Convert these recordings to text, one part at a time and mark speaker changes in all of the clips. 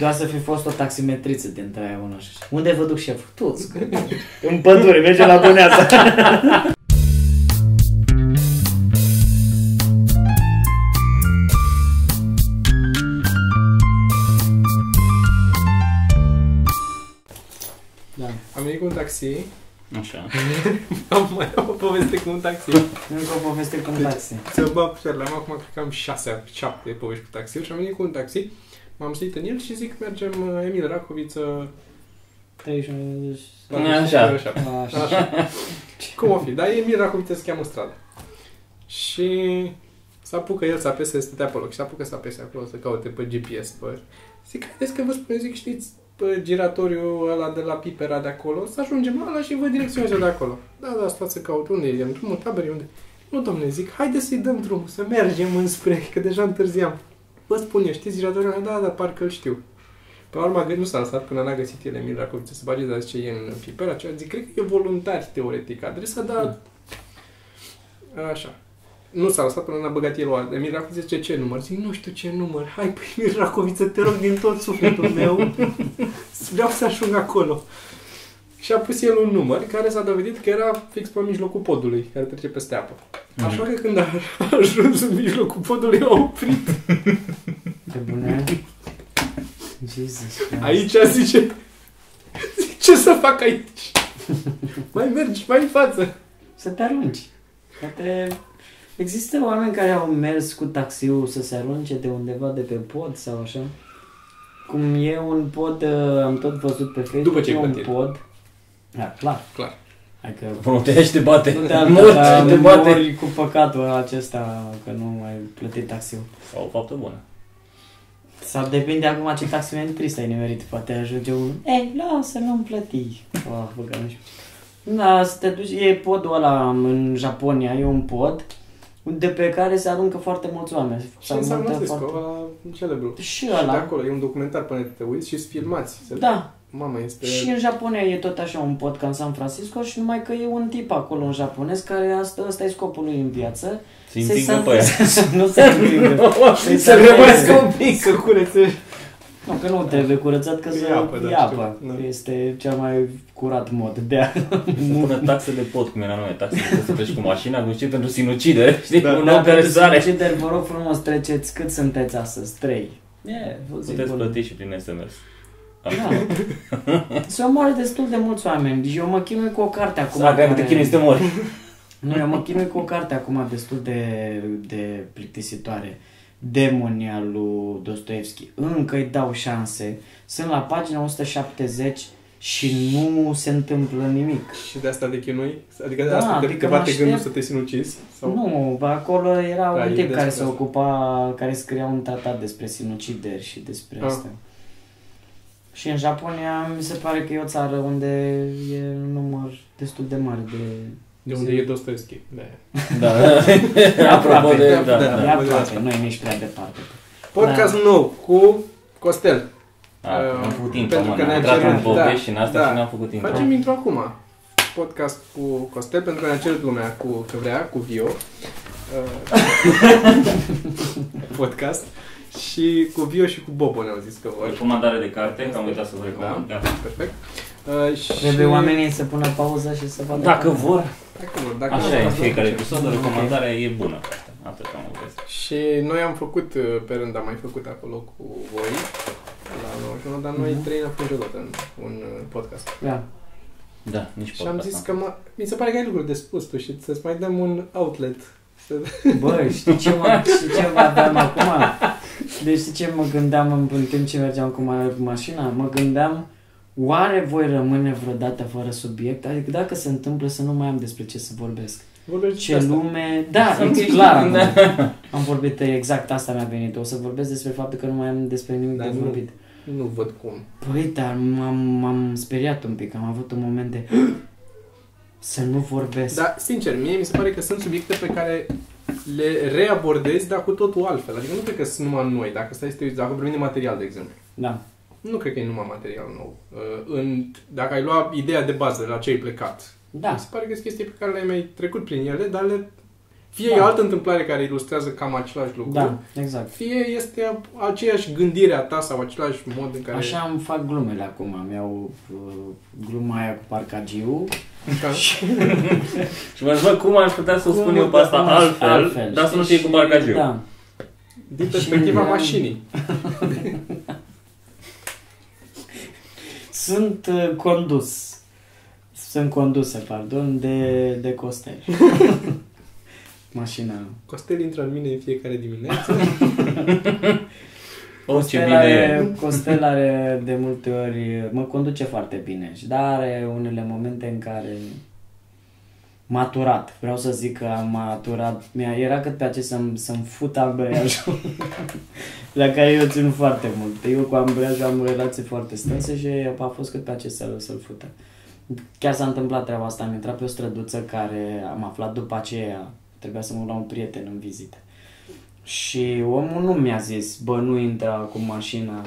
Speaker 1: Doar să fi fost o taximetriță din Traia 1 și așa. Unde vă duc șeful? Toți. În pădure, merge la Băneața. da.
Speaker 2: Am venit cu un taxi.
Speaker 3: Așa.
Speaker 2: Am mai am o poveste cu un taxi.
Speaker 1: Încă o poveste cu un
Speaker 2: Deci-
Speaker 1: taxi.
Speaker 2: Să bă, puterea, am acum, cred că am șase, șapte povești cu taxiuri și am venit cu un taxi. M-am suit în el și zic, mergem uh, Emil Racoviță.
Speaker 1: 31 de-
Speaker 2: la
Speaker 3: Așa.
Speaker 2: Așa.
Speaker 1: Așa.
Speaker 2: Așa. Cum o fi? Dar Emil Racoviță se cheamă strada. Și să apucă el să apese, stătea pe loc, și să apucă să apese acolo, să caute pe GPS, pe... Zic, haideți că vă spun, zic, știți, pe giratoriul ăla de la Pipera de acolo, să ajungem la ăla și vă direcționează de acolo. Da, da, stați să caut, unde e, în drumul taberei, unde? Nu, domne, zic, haideți să-i dăm drumul, să mergem înspre, că deja întârziam. Vă spun eu, știți giratoriul ăla? Da, da, parcă îl știu. Pe la urma gând nu s-a lăsat până n-a găsit el Emil Racoviță să bage, dar zice, e în Pipera, aceea zic, cred că e voluntar, teoretic, adresa, dar... Așa. Nu s-a lăsat până n-a băgat el o altă. Emil Racoviță zice ce număr? Zic, nu știu ce număr. Hai, păi, Emil Racoviță, te rog din tot sufletul meu. Vreau să ajung acolo. Și a pus el un număr care s-a dovedit că era fix pe mijlocul podului, care trece peste apă. Așa că când a a ajuns în mijlocul podului, a oprit.
Speaker 1: Pe bune. Jesus Christ.
Speaker 2: Aici zice, zic, ce să fac aici? Mai mergi, mai în față.
Speaker 1: Să te arunci. Poate există oameni care au mers cu taxiul să se arunce de undeva de pe pod sau așa. Cum e un pod, uh, am tot văzut pe Facebook,
Speaker 2: După ce
Speaker 1: e
Speaker 2: ai
Speaker 1: un
Speaker 2: plătit.
Speaker 1: pod. Da, clar.
Speaker 2: Clar.
Speaker 1: Adică
Speaker 3: Bă, te ia și te bate.
Speaker 1: nu te-am
Speaker 3: Mor
Speaker 2: da,
Speaker 3: și te bate.
Speaker 1: mori cu păcatul acesta că nu ai plătit taxiul.
Speaker 3: Sau o faptă bună.
Speaker 1: Sau depinde acum ce taximetrist ai nimerit. Poate ajunge unul. Ei, lasă, nu-mi plăti. Oh, bă, că nu știu. Da, să te duci, e podul ăla în Japonia, e un pod de pe care se aruncă foarte mulți oameni.
Speaker 2: Și înseamnă
Speaker 1: aruncă
Speaker 2: asta, ăla celebru.
Speaker 1: Și
Speaker 2: Și de
Speaker 1: ăla.
Speaker 2: acolo, e un documentar până te uiți și filmați. Se-
Speaker 1: Da,
Speaker 2: Mama este...
Speaker 1: și în Japonia e tot așa un pod ca în San Francisco și numai că e un tip acolo, un japonez, care asta, asta e scopul lui în viață.
Speaker 3: Să-i
Speaker 1: Se
Speaker 3: împingă
Speaker 1: sal-
Speaker 3: pe aia.
Speaker 1: nu se împingă. Să-i
Speaker 3: Să
Speaker 1: salveze.
Speaker 3: rămânească un pic.
Speaker 2: Să curețe.
Speaker 1: Nu, că nu trebuie curățat, că
Speaker 2: E
Speaker 1: se
Speaker 2: apă, da,
Speaker 1: e apă.
Speaker 2: știu, da.
Speaker 1: Este cel mai curat mod de a
Speaker 3: Să pună taxe de pot, cum era noi, taxe de pot să pleci cu mașina, nu știu, pentru sinucidere, știi,
Speaker 2: Da.
Speaker 3: un om care sare.
Speaker 1: Consider, vă rog frumos, treceți cât sunteți astăzi? 3. E, vă zic
Speaker 3: Puteți
Speaker 1: bun.
Speaker 3: plăti și prin SMS.
Speaker 1: Da. Se omoară destul de mulți oameni. Eu mă chinui cu o carte acum.
Speaker 3: Acum dacă te
Speaker 1: care-
Speaker 3: chinezi, te mori.
Speaker 1: Nu, eu mă chinui cu o carte acum destul de, de plictisitoare. Demonia lui Dostoevski. Încă îi dau șanse. Sunt la pagina 170 și nu se întâmplă nimic.
Speaker 2: Și de asta de chinui? Adică de
Speaker 1: Da,
Speaker 2: asta te,
Speaker 1: adică
Speaker 2: te
Speaker 1: mă
Speaker 2: bate
Speaker 1: aștept-
Speaker 2: gândul să te sinucizi? Sau...
Speaker 1: Nu, acolo era
Speaker 2: Da,
Speaker 1: un
Speaker 2: e
Speaker 1: tip care
Speaker 2: despre
Speaker 1: se
Speaker 2: asta.
Speaker 1: ocupa, care scria un tratat despre sinucideri și despre
Speaker 2: Ah.
Speaker 1: asta. Și în Japonia mi se pare că e o țară unde e un număr destul de mare de...
Speaker 2: De unde e Dostoevski? Da.
Speaker 3: Da, da. Apropo
Speaker 1: Aproape.
Speaker 3: de... Da,
Speaker 2: Da.
Speaker 3: da.
Speaker 1: E aproape,
Speaker 2: asta.
Speaker 1: nu e nici prea departe.
Speaker 2: Podcast nou cu Costel.
Speaker 3: A, Am făcut timp,
Speaker 2: Uh, Pentru
Speaker 3: mă,
Speaker 2: că
Speaker 3: ne-am
Speaker 2: ne-a
Speaker 3: intrat în
Speaker 2: cerut, da,
Speaker 3: povești și în asta
Speaker 2: da.
Speaker 3: și n-am făcut timp.
Speaker 2: Facem intro acum. Podcast cu Costel, pentru că ne-a cerut lumea cu că vrea, cu Vio. Uh, podcast. Și cu Vio și cu Bobo ne-au zis că vor.
Speaker 3: Recomandare de carte, că am uitat să vă recomand. Da.
Speaker 2: Perfect. Uh, și...
Speaker 1: Trebuie oamenii să pună pauză și să vadă...
Speaker 3: Dacă vor,
Speaker 2: Dacă vor, dacă vor,
Speaker 3: Așa e, în
Speaker 2: dacă
Speaker 3: fiecare
Speaker 2: vor.
Speaker 3: episod, recomandarea e bună. Atât am văzut.
Speaker 2: Și noi am făcut, uh, pe rând am mai făcut acolo cu voi, la 91, dar noi
Speaker 1: Mhm.
Speaker 2: trei n-am făcut niciodată în un uh, podcast.
Speaker 1: Da.
Speaker 3: Da, nici
Speaker 2: Și am zis
Speaker 3: podcast.
Speaker 2: că mă, mi se pare că ai lucruri de spus tu și să-ți mai dăm un outlet. Să...
Speaker 1: Bă, știi ce mă, știi ce mă aveam acum? Deci știi ce mă gândeam în, în timp ce mergeam cu ma- mașina? Mă gândeam, oare voi rămâne vreodată fără subiect? Adică dacă se întâmplă să nu mai am despre ce să vorbesc.
Speaker 2: Vorbești și de
Speaker 1: Ce
Speaker 2: asta.
Speaker 1: lume... Da,
Speaker 3: Să
Speaker 1: e
Speaker 3: fie
Speaker 1: clar.
Speaker 3: știut,
Speaker 1: Am vorbit exact asta mi-a venit. O să vorbesc despre faptul că nu mai am despre nimic
Speaker 2: Dar
Speaker 1: de
Speaker 2: Da, nu.
Speaker 1: vorbit.
Speaker 2: Nu văd cum.
Speaker 1: Păi, dar m-am, m-am speriat un pic. Am avut un moment de... Să nu vorbesc.
Speaker 2: Dar, sincer, mie mi se pare că sunt subiecte pe care le reabordezi, dar cu totul altfel. Adică nu cred că sunt numai noi. Dacă stai să te uiți, dacă vorbim de material, de exemplu.
Speaker 1: da.
Speaker 2: Nu cred că e numai material nou. Uh, În, dacă ai luat ideea de bază de la ce ai plecat,
Speaker 1: Da.
Speaker 2: Mi se pare că sunt chestii pe care le-ai mai trecut prin ele, dar le Fie da. e
Speaker 1: Da.
Speaker 2: altă întâmplare care ilustrează cam același lucru,
Speaker 1: Da, exact.
Speaker 2: fie este a- aceeași gândire a ta sau același mod în care...
Speaker 1: Așa îmi fac glumele acum. Îmi iau uh, gluma aia cu parcagiu.
Speaker 2: Da.
Speaker 3: Și mă zic, bă, cum aș putea să o spun eu pe asta
Speaker 1: Cum-
Speaker 3: altfel, dar să nu
Speaker 1: știi?
Speaker 3: fie cu barcajul.
Speaker 1: Da.
Speaker 2: Din perspectiva
Speaker 1: Și-
Speaker 2: mașinii.
Speaker 1: Sunt uh, condus. Sunt conduse, pardon, de, de Costel. Mașina.
Speaker 2: Costel intră în mine în fiecare dimineață.
Speaker 3: O, ce
Speaker 1: Costel
Speaker 3: bine e.
Speaker 1: are, Costel are de multe ori, mă conduce foarte bine, și dar are unele momente în care maturat. Vreau să zic că am maturat. Mi-a, era cât pe acest să-mi, să-mi fut ambreiajul, la care eu țin foarte mult. Eu cu ambreiajul am relații foarte strânse și a fost cât pe acest să, să-l fută. Chiar s-a întâmplat treaba asta. Am intrat pe o străduță care am aflat după aceea. Trebuia să mă la un prieten în vizită. Și omul nu mi-a zis, bă, nu intra cu mașina.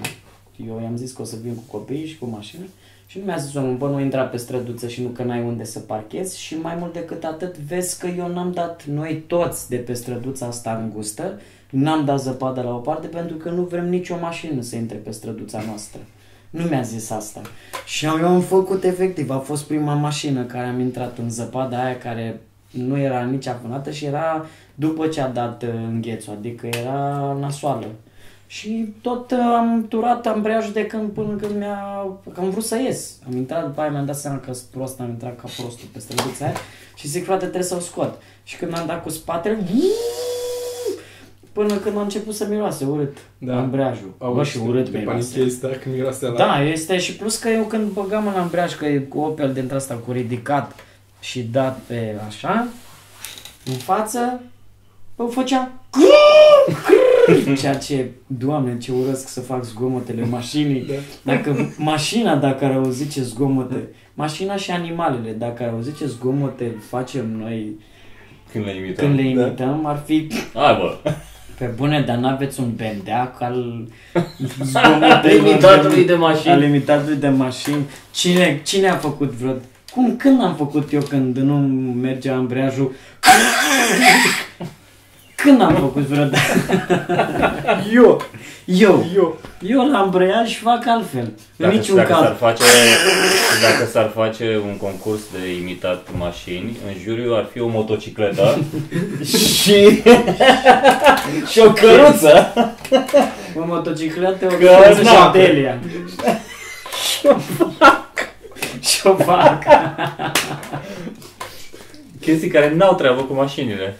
Speaker 1: Eu i-am zis că o să vin cu copiii și cu mașina. Și nu mi-a zis omul, bă, nu intra pe străduță și nu că n-ai unde să parchezi. Și mai mult decât atât, vezi că eu n-am dat, noi toți de pe străduța asta îngustă, n-am dat zăpadă la o parte pentru că nu vrem nicio mașină să intre pe străduța noastră. Nu mi-a zis asta. Și eu am făcut efectiv. A fost prima mașină care am intrat în zăpada aia care nu era nici afânată și era după ce a dat uh, înghețul, adică era nasoală. Și tot uh, am turat ambreiajul de când până când mi-a... că am vrut să ies. Am intrat, după aia mi-am dat seama că sunt prost, am intrat ca prostul pe străduța aia și zic, frate, trebuie să o scot. Și când mi-am dat cu spatele, până când a început să miroase urât
Speaker 2: Da.
Speaker 1: da. ambreiajul.
Speaker 2: Auzi,
Speaker 1: Bă, și urât
Speaker 2: Te
Speaker 1: miroase.
Speaker 2: panichezi dacă miroase la...
Speaker 1: Da, este și plus că eu când băgam în ambreaj, că e cu Opel dintre asta cu ridicat și dat pe așa, în față, bă, făcea ceea ce, doamne, ce urăsc să fac zgomotele mașinii.
Speaker 2: Da.
Speaker 1: Dacă mașina, dacă ar auzi ce zgomote, mașina și animalele, dacă ar auzi ce zgomote facem noi
Speaker 3: Când le imităm.
Speaker 1: când le imităm, ar fi
Speaker 3: Da. Hai, bă.
Speaker 1: pe bune, dar n-aveți un bendeac al zgomotelor
Speaker 3: Imitatului de mașini.
Speaker 1: Al imitatului de mașini. Cine, cine a făcut vreo... Cum, când am făcut eu când nu mergea ambreiajul? Când am făcut vreodată?
Speaker 2: Eu!
Speaker 1: Eu.
Speaker 2: Eu!
Speaker 1: Eu la ambreiaj fac altfel. În
Speaker 3: Dacă,
Speaker 1: niciun
Speaker 3: dacă s-ar
Speaker 1: caz.
Speaker 3: face, dacă s-ar face un concurs de imitat mașini, în juriu ar fi o motocicletă și, și o căruță.
Speaker 1: O motocicletă, o
Speaker 3: Că
Speaker 1: căruță și
Speaker 3: n-am.
Speaker 1: o Delia. Și o fac.
Speaker 3: Chestii care n-au treabă cu mașinile.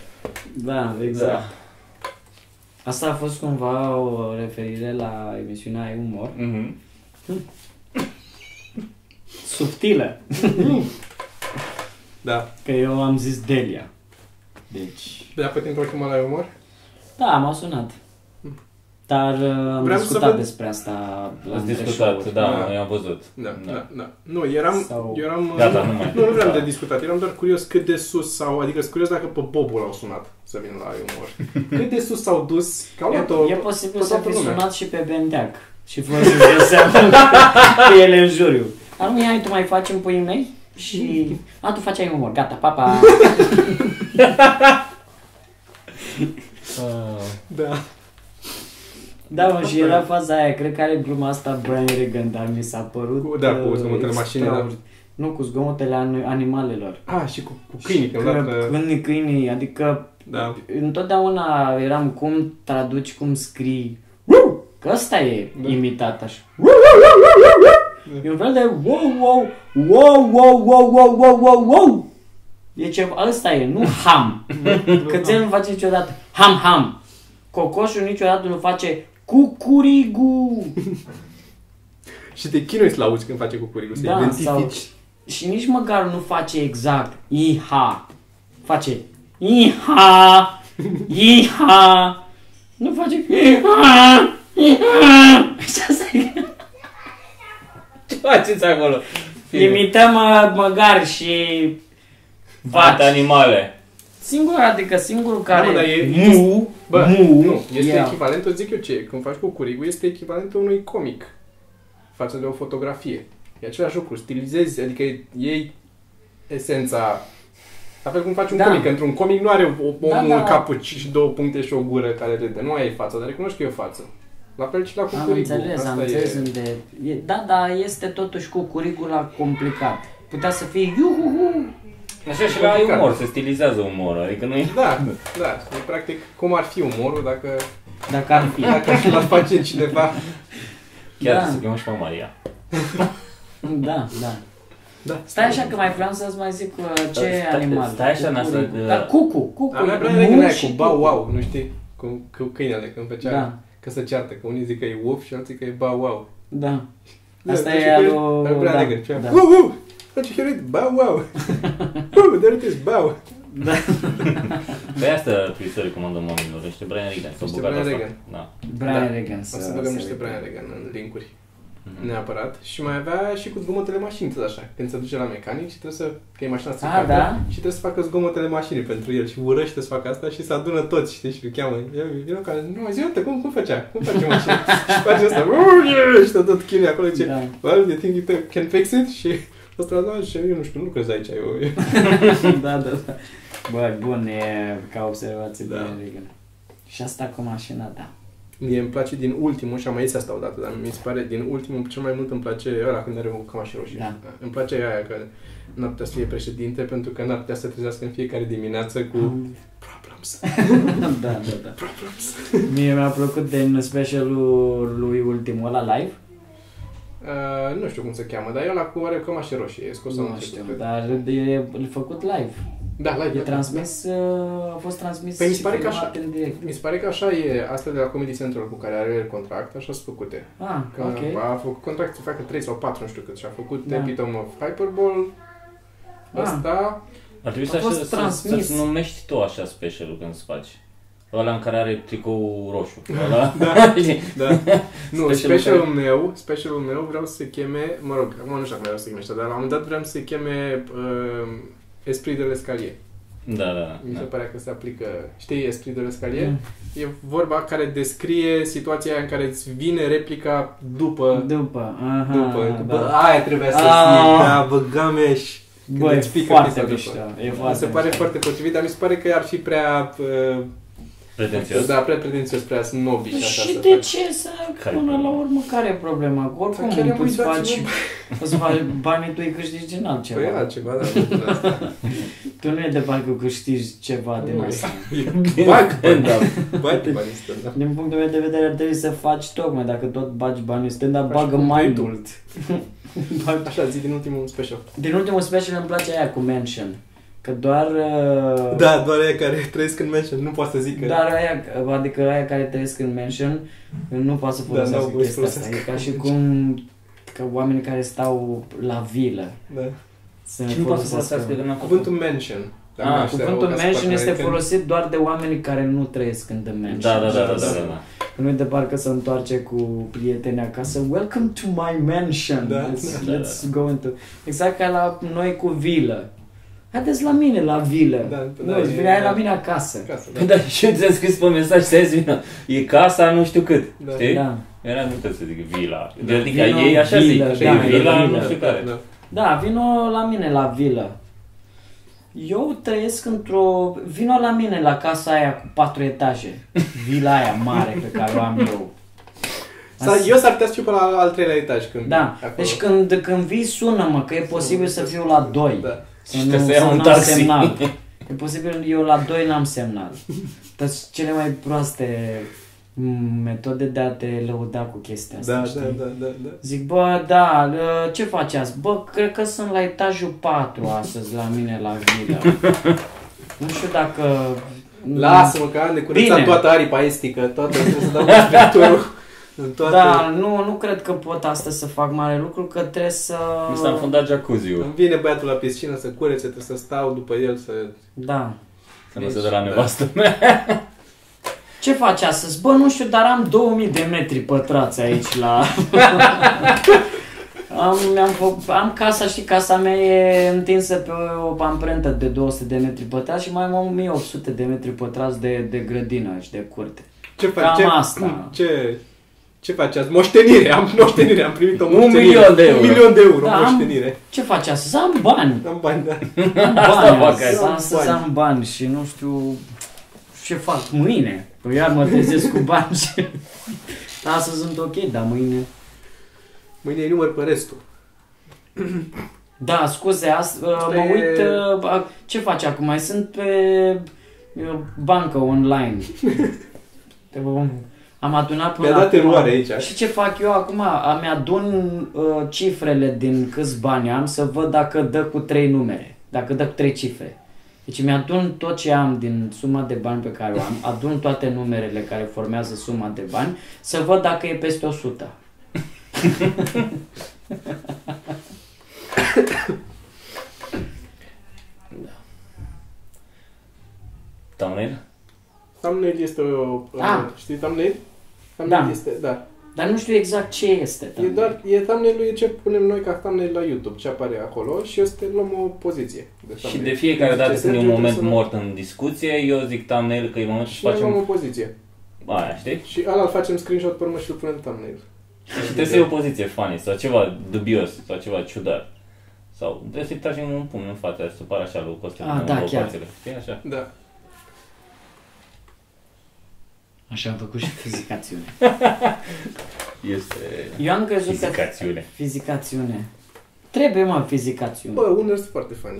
Speaker 1: Da, exact. Da. Asta a fost cumva o referire la emisiunea Ai Umor.
Speaker 3: Mhm.
Speaker 1: Subtilă.
Speaker 2: Da.
Speaker 1: Că eu am zis Delia. Deci...
Speaker 2: De apă te întorci mă la umor?
Speaker 1: Da, m-a sunat. Dar uh, am
Speaker 2: Hmm. Vreau să
Speaker 1: discutat
Speaker 2: văd-
Speaker 1: despre asta la
Speaker 3: Ați discutat,
Speaker 1: show-uri.
Speaker 3: da,
Speaker 2: Da.
Speaker 3: noi am văzut.
Speaker 2: Da, da, da. Nu, eram...
Speaker 1: Sau-
Speaker 2: eram
Speaker 3: Gata, nu mai.
Speaker 2: Nu, nu vreau
Speaker 3: Da.
Speaker 2: de discutat, eram doar curios cât de sus sau, adică sunt curios dacă pe Bobul au sunat să vină la umor. Cât de sus s-au dus, că au luat-o...
Speaker 1: E, e posibil
Speaker 2: pe
Speaker 1: să
Speaker 2: toată
Speaker 1: fi
Speaker 2: lumea.
Speaker 1: sunat și pe Bendeac. Și fără să-ți dea seama că el e în juriu. Dar nu hai, tu mai faci în puii mei? Și... A, tu faci ai umor, gata, papa.
Speaker 3: Ah.
Speaker 2: Da.
Speaker 1: Da, mă, și era faza aia, cred că are gluma asta Brian Regan, dar mi s-a părut...
Speaker 2: Cu- da, cu
Speaker 1: uh,
Speaker 2: zgomotele mașinii,
Speaker 1: extraordinar. Nu, cu zgomotele an- animalelor.
Speaker 2: A, Ah, și cu, cu câinii, că
Speaker 1: Și
Speaker 2: am dat... uh,
Speaker 1: Câinii, câinii, adică
Speaker 2: Da.
Speaker 1: întotdeauna eram cum traduci, cum scrii. Woo! Că ăsta e
Speaker 2: Da.
Speaker 1: imitat așa. Woo, woo, woo, woo, woo, woo. E un fel de wow, wow, wow, wow, wow, wow, wow, wow, wow. E ceva, ăsta e, nu ham.
Speaker 2: Da,
Speaker 1: Că ți nu face niciodată ham, ham. Cocoșul niciodată nu face cucurigu.
Speaker 2: Și te chinui să-l auzi când face cucuricul, să
Speaker 1: Da, sau...
Speaker 2: identifici.
Speaker 1: Și nici măcar nu face exact IHA. Face IHA, IHA. Nu face IHA, IHA. Și asta e.
Speaker 3: Ce faceți acolo?
Speaker 1: Limităm mă- uh, măgar și
Speaker 3: Fate
Speaker 1: vaci.
Speaker 3: animale.
Speaker 1: Singur, adică singurul care...
Speaker 2: Da, mă, dar e-
Speaker 1: mu,
Speaker 2: Bă,
Speaker 1: mu,
Speaker 2: nu, este
Speaker 1: ia.
Speaker 2: echivalentul, zic eu ce, e, când faci cucuricul, este echivalentul unui comic față de o fotografie. E același lucru, stilizezi, adică iei esența La fel cum faci un
Speaker 1: Da.
Speaker 2: comic. Într-un comic nu are o, omul
Speaker 1: Da,
Speaker 2: da,
Speaker 1: da.
Speaker 2: da. un capuci și două puncte și o gură care râde. Nu ai față, dar recunoști că e o față. La fel și la
Speaker 1: Am
Speaker 2: cucuricul.
Speaker 1: înțeles, am
Speaker 2: Asta
Speaker 1: înțeles
Speaker 2: e...
Speaker 1: unde... E, da, da, este totuși cu curicula complicat. Putea să fie iuhuhu.
Speaker 3: Așa și la umor, se stilizează umorul, adică nu e...
Speaker 2: Da, da. E practic cum ar fi umorul dacă,
Speaker 1: Dacă ar fi.
Speaker 2: dacă l-ar face cineva.
Speaker 3: Chiar
Speaker 1: Da.
Speaker 3: să chemăm și pe Maria.
Speaker 1: Da, da.
Speaker 2: Da.
Speaker 1: Stai așa că mai vreau să-ți mai zic uh, ce
Speaker 3: Stai-
Speaker 1: animal.
Speaker 3: stai așa, uh, n-a să-
Speaker 1: Cucuricul. Dar cucu, cucu.
Speaker 2: Am mai
Speaker 1: e
Speaker 2: prea legătură
Speaker 1: mult
Speaker 2: aia
Speaker 1: și
Speaker 2: cu bau
Speaker 1: cucu.
Speaker 2: wow, nu știi? Cu, cu câinele când făcea
Speaker 1: Da.
Speaker 2: că se ceartă, că unii zic că e uf și alții că e bau wow.
Speaker 1: Da. Asta
Speaker 2: Da,
Speaker 1: e
Speaker 2: și
Speaker 1: al
Speaker 2: cu-
Speaker 1: lui-
Speaker 2: al lui
Speaker 1: da,
Speaker 2: Branagher, cea-
Speaker 1: da.
Speaker 2: Wow, wow! Face chiar uit, bau wow! Wow, dar uite bau!
Speaker 1: Da.
Speaker 3: Pe asta trebuie să recomandăm oamenilor, niște Brian Regan. sau
Speaker 2: Niște
Speaker 3: bucata
Speaker 2: Brian
Speaker 3: asta.
Speaker 2: Regan.
Speaker 3: Da.
Speaker 1: Brian
Speaker 2: Da.
Speaker 1: Regan.
Speaker 2: O să băgăm niște
Speaker 1: uite.
Speaker 2: Brian Regan în linkuri,
Speaker 3: Mhm.
Speaker 2: neapărat. Și mai avea și cu zgomotele mașinii, tot așa. Când se duce la mecanic și trebuie să... Că e mașina
Speaker 1: Ah,
Speaker 2: stricată
Speaker 1: da?
Speaker 2: și trebuie să facă zgomotele mașinii pentru el și urăște să facă asta și se adună toți, știi, și îl cheamă. Eu care, nu, zi, uite, cum, cum făcea? Cum face mașina? și face asta, și tot- tot chinuie acolo, zice,
Speaker 1: Da.
Speaker 2: well, you think you can fix it? Și ăsta, da, și eu nu știu, nu lucrez aici, eu...
Speaker 1: da, da, da. Bă, bun, e ca observație
Speaker 2: Da.
Speaker 1: Brian Regan. Și asta cu mașina, da.
Speaker 2: Mie îmi place din ultimul, și am mai zis asta odată, dar mi se pare din ultimul cel mai mult îmi place ăla când are o cămașă roșie.
Speaker 1: Da.
Speaker 2: Îmi place aia că n-ar putea să fie președinte pentru că n-ar putea să trezească în fiecare dimineață cu problems.
Speaker 1: da, da, da. Mie mi-a plăcut din specialul lui ultimul ăla live.
Speaker 2: Uh, nu știu cum se cheamă, dar e ăla cu are o cămașă roșie. E scos anul
Speaker 1: Nu
Speaker 2: trecut,
Speaker 1: știu,
Speaker 2: cred.
Speaker 1: dar e, e făcut live.
Speaker 2: Da, live.
Speaker 1: E transmis, uh, a fost transmis
Speaker 2: Păi mi se
Speaker 1: și
Speaker 2: pare că
Speaker 1: filmat
Speaker 2: așa-
Speaker 1: în direct.
Speaker 2: Mi se pare că așa e asta de la Comedy Central cu care are el contract, așa sunt făcute.
Speaker 1: Ah,
Speaker 2: Că
Speaker 1: ok.
Speaker 2: a făcut contract să facă 3 sau 4, nu știu cât, și a făcut
Speaker 1: Da.
Speaker 2: da. Epitome of Hyperball,
Speaker 1: Ah.
Speaker 2: ăsta,
Speaker 3: Ar trebui
Speaker 1: A
Speaker 3: să așa,
Speaker 1: fost
Speaker 3: să,
Speaker 1: transmis.
Speaker 3: să-ți numești tu așa specialul când îți faci. Ăla în care are tricou roșu. Ăla... Știi?
Speaker 2: Da. nu,
Speaker 3: Specialul
Speaker 2: specialul
Speaker 3: tău.
Speaker 2: meu, specialul meu vreau să se cheme, mă rog, acum nu știu cum vreau să se cheme așa, dar la un moment dat vreau să se cheme uh, Esprit de l'escalier.
Speaker 3: Da, da,
Speaker 2: Mi se
Speaker 3: da.
Speaker 2: pare că se aplică, știi, Esprit de l'escalier?
Speaker 1: Da.
Speaker 2: E vorba care descrie situația aia în care îți vine replica după
Speaker 1: După, aha,
Speaker 2: după,
Speaker 1: da.
Speaker 2: bă, aia trebuia să
Speaker 1: Ah.
Speaker 2: zic, da, bă, gameș.
Speaker 1: Bă, e
Speaker 2: îți pică
Speaker 1: foarte
Speaker 2: pizza
Speaker 1: mișto. E
Speaker 2: Mi
Speaker 1: foarte
Speaker 2: se pare
Speaker 1: mișto.
Speaker 2: foarte potrivit, dar mi se pare că ar fi prea, uh,
Speaker 3: Pretențios.
Speaker 2: da, prea pretențios, prea snobiș
Speaker 1: Păi
Speaker 2: așa.
Speaker 1: Și
Speaker 2: să
Speaker 1: de
Speaker 2: faci.
Speaker 1: ce să
Speaker 3: Care e
Speaker 1: până la
Speaker 3: problema?
Speaker 1: urmă care e problema? Că Oricum
Speaker 2: Dar Păi chiar am
Speaker 1: îți
Speaker 2: uitat
Speaker 1: faci,
Speaker 2: și eu.
Speaker 1: îți faci banii tu îi câștigi din altceva.
Speaker 2: Păi e altceva, da, nu asta.
Speaker 1: Tu nu e de parcă câștigi ceva din
Speaker 2: Păi Nu.
Speaker 1: asta.
Speaker 2: Bag bani, da. Bagi bani, stand da.
Speaker 1: Din punctul meu de vedere ar trebui să faci tocmai, dacă tot bagi banii stand dar
Speaker 2: Faci
Speaker 1: bagă
Speaker 2: cum
Speaker 1: mai
Speaker 2: vrei tu.
Speaker 1: mult. Bag-
Speaker 2: Așa, zi din ultimul special.
Speaker 1: din ultimul special îmi place aia cu mention. Că doar... uh,
Speaker 2: Da, doar aia care trăiesc în mansion, nu poate să zică.
Speaker 1: Dar aia, adică aia care trăiesc în mansion nu poate să
Speaker 2: Da,
Speaker 1: folosească
Speaker 2: n-au voie să
Speaker 1: chestia asta. E
Speaker 2: folosească
Speaker 1: ca și
Speaker 2: mansion.
Speaker 1: cum că oamenii care stau la vilă
Speaker 2: Da.
Speaker 1: să
Speaker 3: Și nu poate să folosească că
Speaker 1: folosească.
Speaker 3: n-a fost.
Speaker 2: Cuvântul mansion. Dacă
Speaker 1: Ah,
Speaker 2: aș avea
Speaker 1: cuvântul
Speaker 2: o casă
Speaker 1: mansion este
Speaker 2: partenerică,
Speaker 1: folosit doar de oamenii care nu trăiesc în the mansion.
Speaker 3: Da, da, da, da, da,
Speaker 2: Da.
Speaker 3: da, da.
Speaker 1: Nu de parcă să întoarce cu prietenii acasă. Welcome to my mansion.
Speaker 2: Da.
Speaker 1: Let's,
Speaker 3: Da, da,
Speaker 1: let's go into... Exact ca la noi cu vilă. Haideți la mine la vilă.
Speaker 2: Da, da,
Speaker 1: nu, îți
Speaker 2: e-
Speaker 1: vine aia
Speaker 2: da.
Speaker 1: la mine acasă.
Speaker 2: Casă, da.
Speaker 3: Păi, Dar și eu ți-am scris pe mesaj să ies vină. E casa nu știu cât.
Speaker 2: Da.
Speaker 3: Știi?
Speaker 1: Da.
Speaker 3: Era nu putea să zic vila.
Speaker 2: Da.
Speaker 3: Adică
Speaker 1: Vino,
Speaker 3: ei așa zic.
Speaker 1: vilă,
Speaker 3: Așa
Speaker 1: da,
Speaker 3: e vila,
Speaker 1: vilă.
Speaker 3: nu știu care.
Speaker 2: Da.
Speaker 1: Da, vino la mine la vilă. Eu trăiesc într-o... Vino la mine la casa aia cu patru etaje. Vila aia mare pe care o am eu.
Speaker 2: Sau eu s-ar putea să fiu pe la al treilea etaj când
Speaker 1: Da,
Speaker 2: acolo.
Speaker 1: deci când, când vii sună-mă că e posibil să fiu la 2.
Speaker 2: Da.
Speaker 3: Și trebuie să iau un taxi.
Speaker 1: Semnal. E posibil, eu la 2 n-am semnal. Dar sunt cele mai proaste m, metode de a te lăuda cu chestia asta,
Speaker 2: Da,
Speaker 1: știi?
Speaker 2: da, da, da, da.
Speaker 1: Zic, bă, da, ă, ce faci azi? Bă, cred că sunt la etajul 4 astăzi la mine la vilă. nu știu dacă...
Speaker 2: Lasă-mă că am de curățat
Speaker 1: Mm. Bine.
Speaker 2: toată aripa estică, toată trebuie să dau respiratorul în toate.
Speaker 1: Da, nu, nu cred că pot astăzi să fac mare lucru, că trebuie să...
Speaker 3: Mi s-a înfundat jacuzzi-ul.
Speaker 2: Îmi vine băiatul la piscină să curețe, trebuie să stau după el să...
Speaker 1: Da.
Speaker 3: Să nu se
Speaker 2: Deci,
Speaker 3: dă la
Speaker 2: da.
Speaker 3: nevastă mea.
Speaker 1: Ce faci astăzi? Bă, nu știu, dar am 2000 de metri pătrați aici la... am, mi-am făcut, am casa, știi, casa mea e întinsă pe o amprentă de 200 de metri pătrați și mai am 1800 de metri pătrați de, de grădină și de curte.
Speaker 2: Ce faci?
Speaker 1: Cam
Speaker 2: ce,
Speaker 1: asta.
Speaker 2: Ce, Ce faci azi? Moștenire, am moștenire, am primit o
Speaker 3: Un
Speaker 2: moștenire.
Speaker 3: milion de euro.
Speaker 2: Un milion de euro,
Speaker 1: Da, am-
Speaker 2: moștenire.
Speaker 1: Ce faci azi? Să am bani.
Speaker 2: Am bani, da.
Speaker 1: Am
Speaker 3: Asta
Speaker 1: bani.
Speaker 3: fac azi.
Speaker 1: Să am, să am bani și nu știu ce fac mâine. Păi iar mă trezesc cu bani și... Astăzi sunt ok, dar mâine...
Speaker 2: Mâine îi număr pe restul.
Speaker 1: Da, scuze, as, uh, mă
Speaker 2: Pe-
Speaker 1: uit, uh, a- ce faci acum? Mai sunt pe uh, bancă online. Te vă- Am adunat până
Speaker 2: Mi-a dat
Speaker 1: acum.
Speaker 2: eroare aici.
Speaker 1: Și ce fac eu acum? Am adun uh, cifrele din câți bani am să văd dacă dă cu trei numere, dacă dă cu trei cifre. Deci mi-adun tot ce am din suma de bani pe care o am, adun toate numerele care formează suma de bani, să văd dacă e peste 100.
Speaker 3: Thumbnail?
Speaker 2: Thumbnail este o...
Speaker 3: Da.
Speaker 1: Ah.
Speaker 2: Știi thumbnail? Thumbnail
Speaker 1: Da.
Speaker 2: este, da.
Speaker 1: Dar nu știu exact ce este.
Speaker 2: E doar, e thumbnail e ce punem noi ca thumbnail la YouTube, ce apare acolo și eu să te luăm o poziție. De
Speaker 3: Și
Speaker 2: thumbnail.
Speaker 3: de fiecare
Speaker 2: Zice,
Speaker 3: dată când e un
Speaker 2: Sergiu,
Speaker 3: moment
Speaker 2: trebuie să-
Speaker 3: mort în discuție, eu zic thumbnail că e momentul
Speaker 2: Și
Speaker 3: să
Speaker 2: noi luăm
Speaker 3: facem
Speaker 2: o poziție.
Speaker 3: aia, știi?
Speaker 2: Și ala îl facem screenshot pe urmă și îl punem thumbnail.
Speaker 3: Și trebuie să iei o poziție funny sau ceva dubios sau ceva ciudat. Sau trebuie să-i tragem un pumn în față, să pară așa lui Costel.
Speaker 1: Ah,
Speaker 3: în
Speaker 1: da,
Speaker 3: două
Speaker 1: chiar.
Speaker 3: părțile, Știi așa?
Speaker 2: Da.
Speaker 1: Așa am făcut și fizicațiune.
Speaker 3: Este
Speaker 1: Eu am crezut că
Speaker 3: fizicațiune.
Speaker 1: fizicațiune. Trebuie, mă, fizicațiune.
Speaker 2: Bă, unul este foarte funny.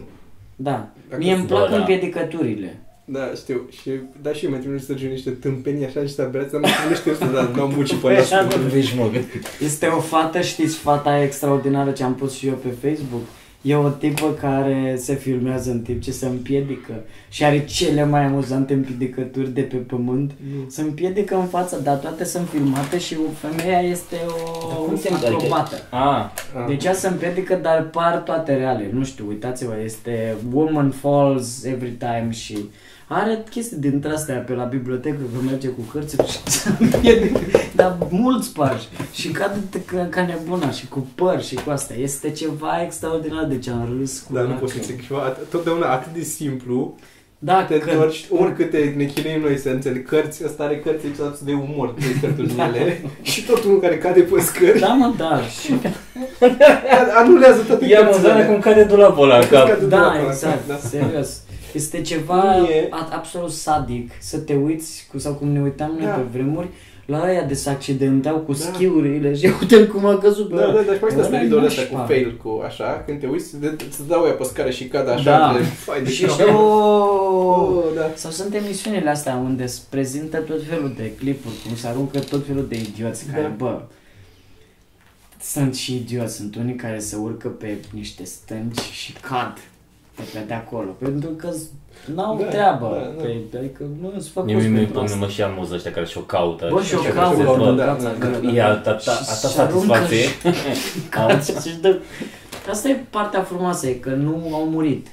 Speaker 1: Da.
Speaker 2: Dacă
Speaker 1: Mie îmi
Speaker 3: Da,
Speaker 1: plac
Speaker 3: da. Păi,
Speaker 1: împiedicăturile.
Speaker 2: Da, știu. Și, da, și eu mi-a trimis Sergiu niște tâmpenii așa și abia să mă primește ăsta, dar n-am muncit pe ăla.
Speaker 3: Deci mă gând.
Speaker 1: Păi, Este o fată, știți, fata aia extraordinară ce am pus și eu pe Facebook. E o tipă care se filmează în timp ce se împiedică și are cele mai amuzante împiedicături de pe pământ. Se împiedică în față, dar toate sunt filmate și femeia este
Speaker 3: Dar
Speaker 1: o
Speaker 3: cum se împiedică?
Speaker 1: acrobată.
Speaker 3: A,
Speaker 2: Ah.
Speaker 1: Deci ea se împiedică, dar par toate reale. Nu știu, uitați-vă, este Woman Falls Every Time și are chestii dintre astea pe la bibliotecă, că merge cu cărțile și se împiedică, dar mulți pași și cade ca, ca nebuna și cu păr și cu astea. Este ceva extraordinar, deci am râs cu
Speaker 2: Dar Da, nu
Speaker 1: lacrimi.
Speaker 2: pot să zic ceva, at- totdeauna atât de simplu,
Speaker 1: Da,
Speaker 2: te
Speaker 1: că
Speaker 2: întorci oricâte ne chinuim noi să înțeleg cărți, ăsta are cărți exact de umor, de cărturi în ele, și tot unul care cade pe scări,
Speaker 1: da, mă, da, și, Da.
Speaker 2: anulează toate
Speaker 3: ia mă
Speaker 2: cărțile.
Speaker 3: zare cum cade dulapul ăla în cap.
Speaker 2: Cade
Speaker 1: da,
Speaker 2: dulapul ăla,
Speaker 1: exact,
Speaker 2: da.
Speaker 1: serios. Este ceva
Speaker 2: E-
Speaker 1: a- absolut sadic să te uiți, cu, sau cum ne uitam noi
Speaker 2: Da.
Speaker 1: pe vremuri, la aia de se accidenteau cu
Speaker 2: Da.
Speaker 1: schiurile și uite cum a căzut.
Speaker 2: Da, da, dar și mai
Speaker 1: Ăla
Speaker 2: asta
Speaker 1: e
Speaker 2: idolul ăsta cu
Speaker 1: nașpa.
Speaker 2: fail, cu așa, când te uiți, de- îți dau ea pe scară și cade așa,
Speaker 1: Da.
Speaker 2: de, fai de
Speaker 1: Și
Speaker 2: cap.
Speaker 1: ești, "Oh!"
Speaker 2: Oh, da.
Speaker 1: Sau sunt emisiunile astea unde îți prezintă tot felul de clipuri, cum se aruncă tot felul de idioți
Speaker 2: Da.
Speaker 1: care, bă, sunt și idioți, sunt unii care se urcă pe niște stânci și cad de pe de acolo, pentru că z- n-au
Speaker 2: Da,
Speaker 1: treabă,
Speaker 2: da, da.
Speaker 1: Pe, adică nu îți fac
Speaker 3: Eu
Speaker 1: rost
Speaker 3: mi-e
Speaker 1: pentru
Speaker 3: pune
Speaker 1: asta.
Speaker 3: mă și amuză ăștia care și-o caută.
Speaker 1: Bă, și o
Speaker 2: Așa,
Speaker 1: caută,
Speaker 2: așa,
Speaker 1: bă,
Speaker 2: da,
Speaker 1: cața,
Speaker 2: da,
Speaker 1: că-
Speaker 2: da.
Speaker 3: E atâta
Speaker 1: Și- și
Speaker 3: satisfacție.
Speaker 1: Ca să-și dă- Asta e partea frumoasă, e că nu au murit.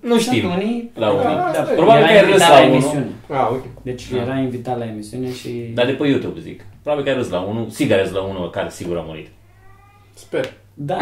Speaker 3: Nu știm.
Speaker 1: Sunt unii,
Speaker 3: La unii.
Speaker 2: Da, asta e.
Speaker 3: Probabil
Speaker 1: era
Speaker 3: că ai râs
Speaker 1: invitat
Speaker 3: la
Speaker 1: la
Speaker 3: unul.
Speaker 1: emisiune.
Speaker 2: Ah, ok.
Speaker 1: Deci
Speaker 3: Da.
Speaker 1: era invitat la emisiune și...
Speaker 3: Dar de pe YouTube zic. Probabil că ai râs la unul, sigur ai râs la unul care sigur a murit.
Speaker 2: Sper.
Speaker 1: Da.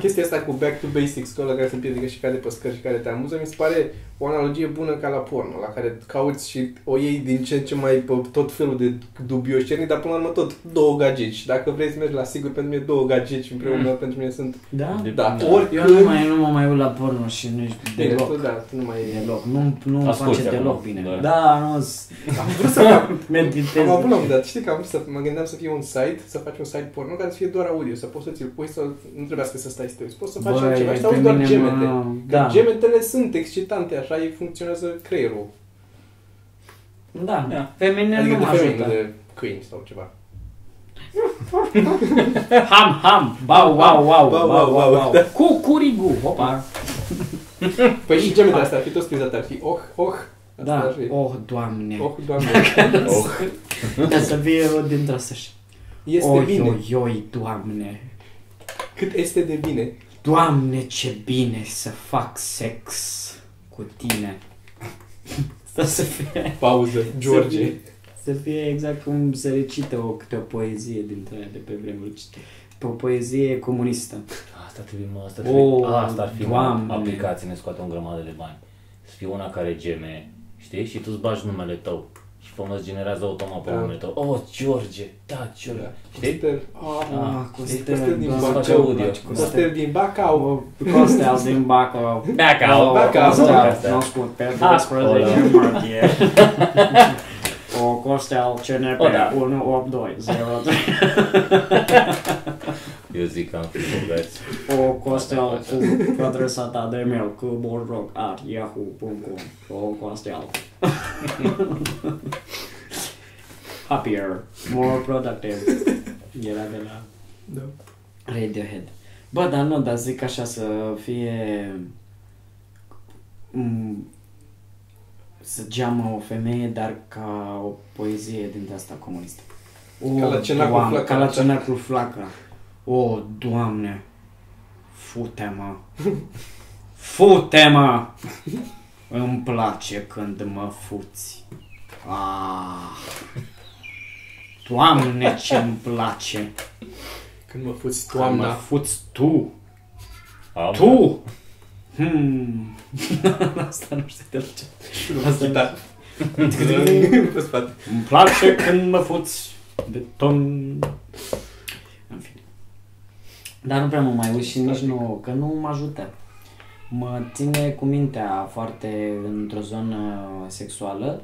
Speaker 2: Chestia asta cu back to basics, cu ăla care se împiedică și cade pe scări și care te amuză, mi se pare o analogie bună ca la porno, la care cauți și o iei din ce în ce mai pe tot felul de dubioșenii, dar până la urmă tot două gagici. Dacă vrei să mergi la sigur, pentru mine două gagici împreună, mm. pentru mine sunt...
Speaker 1: Da?
Speaker 3: De-
Speaker 2: Da,
Speaker 3: da.
Speaker 1: Eu nu,
Speaker 2: oricând...
Speaker 1: mai, nu mă mai uit la porno și nici
Speaker 2: Bine,
Speaker 1: deloc.
Speaker 2: tu, da, tu nu mai e...
Speaker 1: Deloc. Nu, nu îmi
Speaker 3: Asculți
Speaker 1: face
Speaker 3: acum,
Speaker 1: deloc bine.
Speaker 3: da.
Speaker 1: Da, nu s-
Speaker 2: Am vrut să fac... da.
Speaker 1: meditez.
Speaker 2: Am avut la un moment dat, știi că am vrut să, mă gândeam să fie un site, să faci un site porno care să fie doar audio, să poți să ți-l pui, să nu trebuiască să stai să te uiți, poți să faci
Speaker 1: Băi,
Speaker 2: altceva și să
Speaker 1: pe
Speaker 2: auzi doar
Speaker 1: mine
Speaker 2: gemete.
Speaker 1: mă-
Speaker 2: Că
Speaker 1: Da.
Speaker 2: gemetele sunt excitante, așa, ei funcționează creierul.
Speaker 1: Da.
Speaker 3: Da.
Speaker 1: Pe mine
Speaker 2: adică
Speaker 1: nu mă
Speaker 2: de femei, nu
Speaker 1: ajută.
Speaker 2: de câini sau ceva.
Speaker 1: Ham, ham. Bau, wow, wow.
Speaker 2: Bau,
Speaker 1: Bau,
Speaker 2: bau,
Speaker 1: wow,
Speaker 2: bau.
Speaker 1: wow. Cu curigu. Opa.
Speaker 2: Păi și gemetele astea ar fi tot scrizate, ar fi oh, oh. Asta ar
Speaker 1: Da.
Speaker 2: fi.
Speaker 1: Oh, doamne.
Speaker 2: Oh, doamne.
Speaker 3: Oh.
Speaker 1: Trebuie să fie o dintre astea. și-
Speaker 2: Este
Speaker 1: Oi,
Speaker 2: bine.
Speaker 1: Oi, oi, doamne.
Speaker 2: Cât este de bine.
Speaker 1: Doamne, ce bine să fac sex cu tine. Asta să fie...
Speaker 2: Pauză,
Speaker 1: Să
Speaker 2: George.
Speaker 1: fie, să fie exact cum se recită o, câte o poezie dintre aia de pe vremuri. Pe o poezie comunistă.
Speaker 3: Asta trebuie, mă, asta
Speaker 1: O,
Speaker 3: trebuie. Asta ar fi, mă,
Speaker 1: Oh, Doamne.
Speaker 3: aplicații ne scoate o grămadă de bani. Să fie una care geme, știi? Și tu îți bagi numele tău. Și pomul îți generează automat pe
Speaker 2: Da.
Speaker 3: omul tău. Oh, George, da, George.
Speaker 2: Da.
Speaker 3: Știi?
Speaker 2: Costel,
Speaker 1: Ah,
Speaker 2: Costel
Speaker 1: Costel,
Speaker 2: din
Speaker 1: da.
Speaker 3: Bacău.
Speaker 1: Face audio.
Speaker 3: Costel.
Speaker 2: Costel din Bacau.
Speaker 1: O, Costel din Bacău.
Speaker 3: Bacau.
Speaker 2: Bacău.
Speaker 1: Costel, cunoscut pe
Speaker 3: Acolo.
Speaker 1: 12 martie. O Costel um, CNP
Speaker 3: O, da.
Speaker 1: 1820.
Speaker 3: Eu zic că am fi bogați.
Speaker 1: O Costel cu adresa ta tá de mail cu bordrock at yahoo.com. O Costel. Happier, more productive. Era de la
Speaker 2: Da.
Speaker 1: Radiohead. Bă, dar nu, dar zic așa să fie... m, Să geamă o femeie, dar ca o poezie din asta comunistă. O,
Speaker 2: Ca la Cenacul
Speaker 1: Doamne,
Speaker 2: Flacăra.
Speaker 1: Ca la Cenacul Flacăra. O, Doamne! Fute, mă! Fute, mă! Îmi place când mă fuți. Ah! Doamne, ce-mi place!
Speaker 2: Când mă fuți
Speaker 1: Când mă
Speaker 2: toamna.
Speaker 1: fuți tu!
Speaker 3: Am,
Speaker 1: Tu! Hmm. Asta nu știu de la ce. Asta
Speaker 2: Da. Pe spate.
Speaker 1: Îmi place când mă fuți de ton. În fine. Dar nu prea mă mai uit și nici nu, că nu mă ajută. Mă ține cu mintea foarte într-o zonă sexuală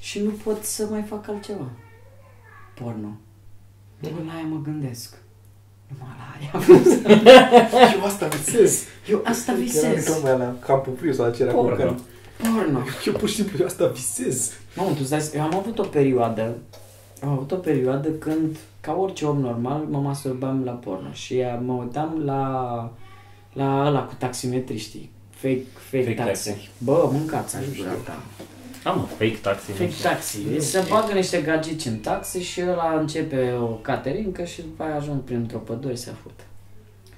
Speaker 1: și nu pot să mai fac altceva. Porno. Doar la aia mă gândesc. Numai la aia.
Speaker 2: Eu asta visez.
Speaker 1: Eu asta
Speaker 2: Era
Speaker 1: visez.
Speaker 2: reclama aia la Campu Priu sau la ce era cu
Speaker 3: Porno.
Speaker 2: Ocan.
Speaker 1: Porno.
Speaker 2: Eu pur și simplu eu asta visez.
Speaker 1: Nu, tu stai, eu am avut o perioadă, am avut o perioadă când, ca orice om normal, mă masturbam la porno și uh, mă uitam la, la ăla cu taximetriștii. Fake, fake,
Speaker 3: Fake
Speaker 1: taxi.
Speaker 3: taxi.
Speaker 1: Bă, mâncați aș vrea ta.
Speaker 3: am un fake taxi.
Speaker 1: Fake taxi. Deci se bagă niște gagici în taxi și ăla începe o caterincă și după aia ajung printr-o pădure să fută.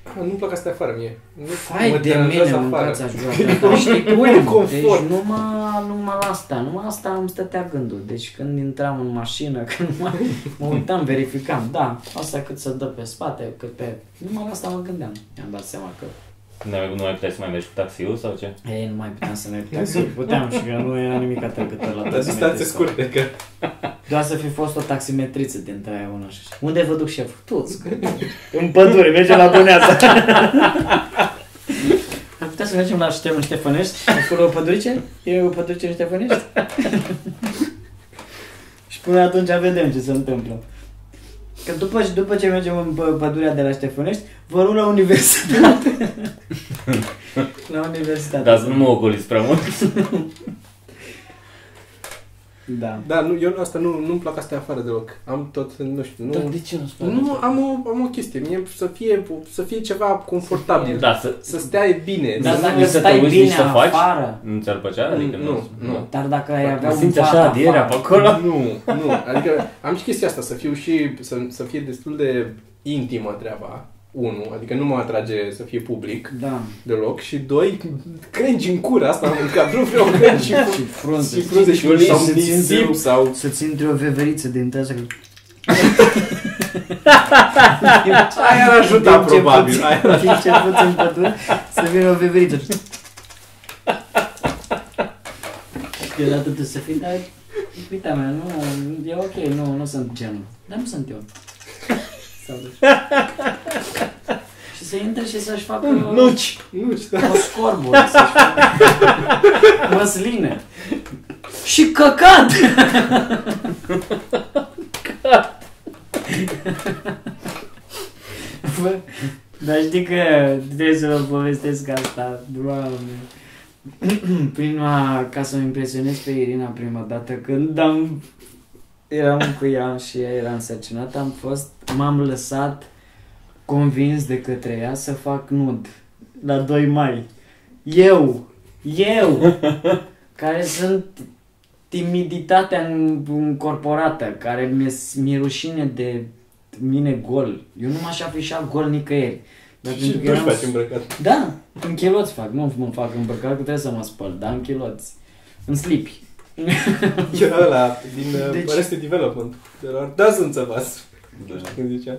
Speaker 2: Ah, Nu-mi plac astea afară mie. Nu- mă
Speaker 1: Fai de
Speaker 2: deranjează
Speaker 1: mine,
Speaker 2: afară.
Speaker 1: mâncați aș vrea ta. Știi cum?
Speaker 2: Nu e confort.
Speaker 1: Deci numai, numai la asta, numai la asta îmi stătea gândul. Deci când intram în mașină, când mă, mă uitam, verificam, da, asta cât se dă pe spate, cât pe... Numai la asta mă gândeam. Mi-am dat seama că
Speaker 3: Nu, mai- nu mai puteai să mai mergi cu taxiul sau ce?
Speaker 1: ei, nu mai puteam să ne taxi. Puteam și că nu era nimic atrăgător la
Speaker 2: La distanțe
Speaker 1: taximetrist.
Speaker 2: scurte, că
Speaker 1: Doar să fi fost o taximetriță dintre aia una și Unde vă duc șef? Toți. în pădure, mergem la Băneasa. Ar putea să mergem la Ștefan Ștefănești? Acolo o pădurice? E o pădurice în Ștefănești? și până atunci vedem ce se întâmplă. Că după, după ce mergem în pă- pădurea de la Ștefănești, vă rup la universitate. la universitate.
Speaker 3: Dar să nu mă ocoliți prea mult.
Speaker 1: Da.
Speaker 2: Da, nu, eu asta nu, nu-mi plac astea afară deloc. Am tot, nu știu, nu...
Speaker 3: ce nu-ți
Speaker 2: nu, am o, am o chestie. Mie să fie, să fie ceva confortabil.
Speaker 3: Da, să...
Speaker 2: Să stea e bine.
Speaker 1: Dar
Speaker 3: Nu-
Speaker 1: dacă
Speaker 3: nici să te
Speaker 1: stai
Speaker 3: uiți,
Speaker 1: bine
Speaker 3: nici să faci?
Speaker 1: afară,
Speaker 3: Nu ți-ar plăcea? Adică
Speaker 2: Nu, nu.
Speaker 1: dar dacă ai avea
Speaker 3: Mă
Speaker 1: un
Speaker 3: simți
Speaker 1: pat
Speaker 3: așa adierea pe
Speaker 1: afară,
Speaker 3: acolo?
Speaker 2: Nu, nu. Adică am și chestia asta, să fiu și, să, să fie destul de intimă treaba. Unu, adică nu mă atrage să fie public
Speaker 1: Da.
Speaker 2: deloc. Și doi, crengi în cură asta, am încă nu vreau crengi în
Speaker 1: Și frunze.
Speaker 2: Și frunze și ulei sau
Speaker 1: Să țin
Speaker 2: nisip
Speaker 1: de-
Speaker 2: sau...
Speaker 1: Să țin de o veveriță din tăia că...
Speaker 2: Aia ar ajuta, probabil. Aia
Speaker 1: Aia timp ce fuți în pădure, să vină o veveriță. Eu la totul să fii, dar... Uita mea, nu, e ok, nu, nu sunt genul. Dar nu sunt eu. Sau de... Și să intre și să-și facă...
Speaker 2: Nuci! Nuci, da.
Speaker 1: O scorburi să-și facă. Măsline. Și căcat! Bă, dar știi că trebuie să vă povestesc asta, doamne. Prima, ca să o impresionez pe Irina prima dată, când am, eram cu ea și ea era însărcinată, am fost, m-am lăsat convins de către ea să fac nud la 2 mai. Eu, eu, care sunt timiditatea în- încorporată, care mi-e, mi-e rușine de mine gol. Eu nu m-aș afișa gol nicăieri. Dar
Speaker 2: Și
Speaker 1: pentru că
Speaker 2: tu își
Speaker 1: eram
Speaker 2: faci îmbrăcat.
Speaker 1: da, în chiloți fac, nu mă fac îmbrăcat, că trebuie să mă spăl, dar în chiloți. În slipi.
Speaker 2: Era ăla din deci...
Speaker 1: Deci-
Speaker 2: Arrested Development. De la Doesn't of Us. Nu știu când zicea.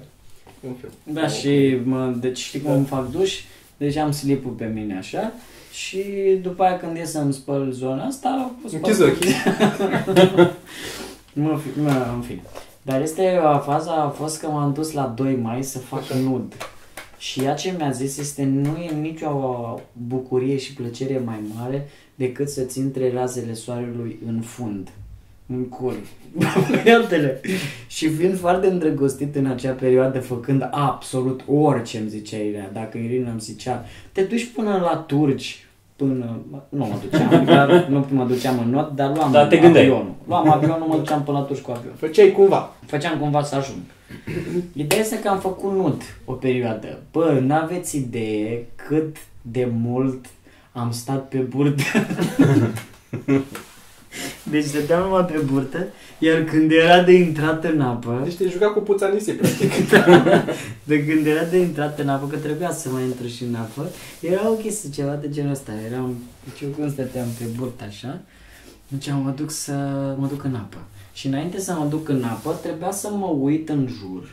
Speaker 2: Un film.
Speaker 1: Da, și mă, deci știi cum
Speaker 2: Da.
Speaker 1: îmi fac duș? Deci am slipul pe mine așa și după aia când e să-mi spăl zona asta, o spăl.
Speaker 2: Închizi ochii.
Speaker 1: Mă, fi, mă, în fine. Dar este a faza a fost că m-am dus la 2 mai să fac nud. Și ea ce mi-a zis este nu e nicio bucurie și plăcere mai mare decât să-ți intre razele soarelui în fund. În cul. Altele. și fiind foarte îndrăgostit în acea perioadă, făcând absolut orice îmi zicea Irina, dacă Irina îmi zicea, te duci până la turci, până, nu mă duceam, dar nu mă duceam în not, dar luam
Speaker 3: Dar te gândeai.
Speaker 1: avionul. Luam avionul, mă duceam până la turci cu avionul
Speaker 2: Făceai cumva.
Speaker 1: făceam cumva să ajung. Ideea este că am făcut nud o perioadă. Bă, n-aveți idee cât de mult am stat pe burtă. deci stăteam numai pe burtă, iar când era de intrat în apă,
Speaker 2: Deci te juca cu puța nisip, practic.
Speaker 1: de când era de intrat în apă, că trebuia să mai intru și în apă, era o chestie ceva de genul ăsta. Eram, deci eu când stăteam pe burtă așa, deci mă duc să mă duc în apă. Și înainte să mă duc în apă, trebuia să mă uit în jur.